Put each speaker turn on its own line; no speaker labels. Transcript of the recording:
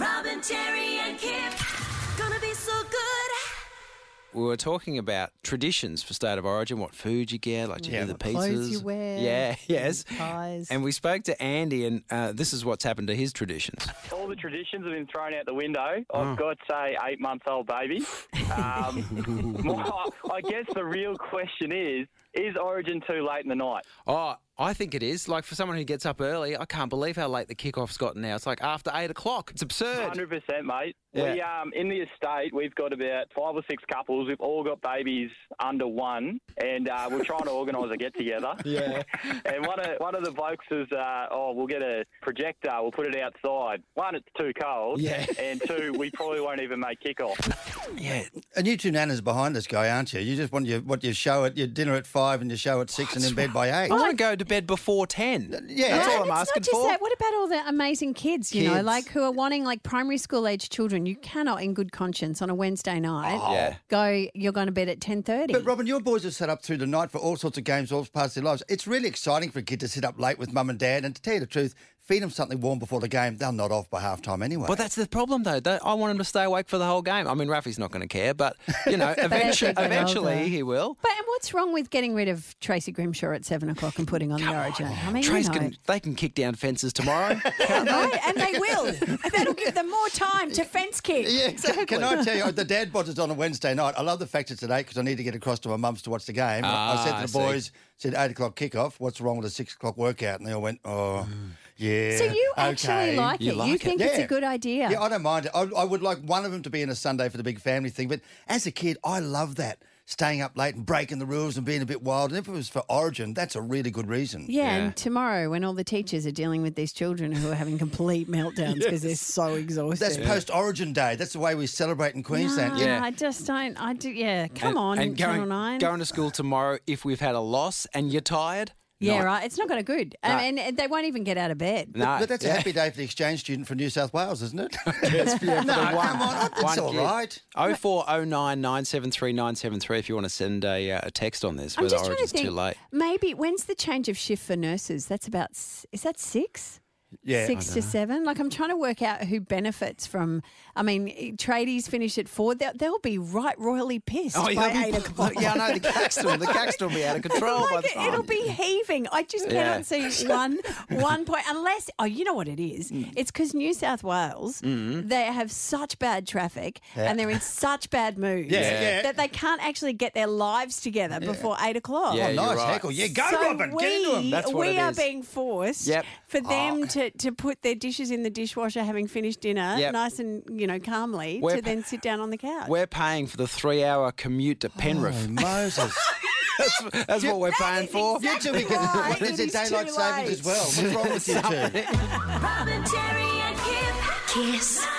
and Terry and Kip. Gonna be so good.
we were talking about traditions for state of origin, what food you get, like do you
Yeah.
do the
What
pizzas,
clothes you wear,
yeah, yes,
pies.
And we spoke to Andy, and uh, this is what's happened to his traditions.
All the traditions have been thrown out the window.
Oh.
I've got say eight month old baby. Um, my- I guess the real question is: Is Origin too late in the night?
Oh, I think it is. Like for someone who gets up early, I can't believe how late the kickoff's gotten now. It's like after eight o'clock. It's absurd.
Hundred percent, mate. We
Yeah.
um, in the estate, we've got about five or six couples. We've all got babies under one, and uh, we're trying to organise a get together.
Yeah.
And one of one of the blokes is, uh, oh, we'll get a projector. We'll put it outside. One, it's too cold.
Yeah.
And two, we probably won't even make kickoff.
Yeah.
And you two nanas behind this guy, aren't you? You just want your what you show at your dinner at five and your show at
Oh,
six and in bed by eight.
I want to go to bed before ten.
Yeah,
That's
No,
all I'm
it's
asking
not just
for.
that. What about all the amazing kids, you know,
Kids.
like who are wanting like primary school age children? You cannot, in good conscience, on a Wednesday night,
Oh. Yeah.
go. You're going to bed at ten thirty.
But Robin, your boys have sat up through the night for all sorts of games all past their lives. It's really exciting for a kid to sit up late with mum and dad. And to tell you the truth, feed them something warm before the game. They'll nod off by half time anyway.
Well, that's the problem, though. They- I want him to stay awake for the whole game. I mean, Rafi's not going to care, but you know, eventually,
get older.
eventually he will.
But and what's wrong with getting rid of Tracy Grimshaw at seven o'clock and putting on the Origin? I mean,
Trace
you know.
can they can kick down fences tomorrow.
Right, and they will. And that'll give them more time to fence kick.
yeah, Can I tell you, the dad bod is on a Wednesday night. I love the fact it's at eight because I need to get across to my mum's to watch the game.
Ah,
I said
I
to the
see.
boys, said eight o'clock kickoff. What's wrong with a six o'clock workout? And they all went, oh,
Mm.
yeah.
So you actually
okay.
like
You
it.
like
you
it.
think it's a good idea.
Yeah, I don't mind. it. I, I would like one of them to be in a Sunday for the big family thing. But as a kid, I love that staying up late and breaking the rules and being a bit wild. And if it was for Origin, that's a really good reason.
Yeah,
Yeah.
and tomorrow when all the teachers are dealing with these children who are having complete meltdowns because they're so exhausted.
That's post Origin Day. That's the way we celebrate in Queensland.
No,
Yeah.
Ah, I just don't. I do. Yeah, come on,
and
Channel
going,
Nine.
going to school tomorrow if we've had a loss and you're tired.
yeah,
Not-
right. It's not going to good, I mean, and they won't even get out of bed.
No,
But that's
yeah.
a happy day for the exchange student from New South Wales, isn't it?
Yeah, for
no,
the
come
one-
on, I- that's
one
all
kid.
right.
0409 973 973 if you want to send a, uh, a text on this
I'm
whether
just trying to
Origin's
think.
too late.
Maybe when's the change of shift for nurses? That's about. s- Is that six?
Yeah.
six to seven. Like I'm trying to work out who benefits from. I mean, eh, tradies finish at four. They'll, they'll be right royally pissed by
Oh, yeah,
eight o'clock.
yeah, I know the Caxton. The Caxton will be out of control Oh, by
Like
the
it,
time.
it'll be heaving. I just
Yeah.
cannot see one one point unless oh you know what it is.
Mm.
It's because New South Wales they have such bad traffic and they're in such bad moods
Yeah, yeah.
that they can't actually get their lives together before eight o'clock.
Yeah,
Oh,
you're
nice
right.
heckle. Yeah, go,
so
Robin.
we,
Get into him.
That's what
we
it
are
is.
being forced
Yep. Oh,
for them to, to put their dishes in the dishwasher having finished dinner
Yep.
nice and you know calmly
We're
to
pa-
then sit down on the couch.
We're paying for the three hour commute
Oh,
to Penrith.
Moses.
that's that's what we're paying for.
you two are getting.
Why?
What is
It
it?
is too
Daylight savings
late.
as well. What's wrong with you two?
Robin, Terry and Kip. Kiss.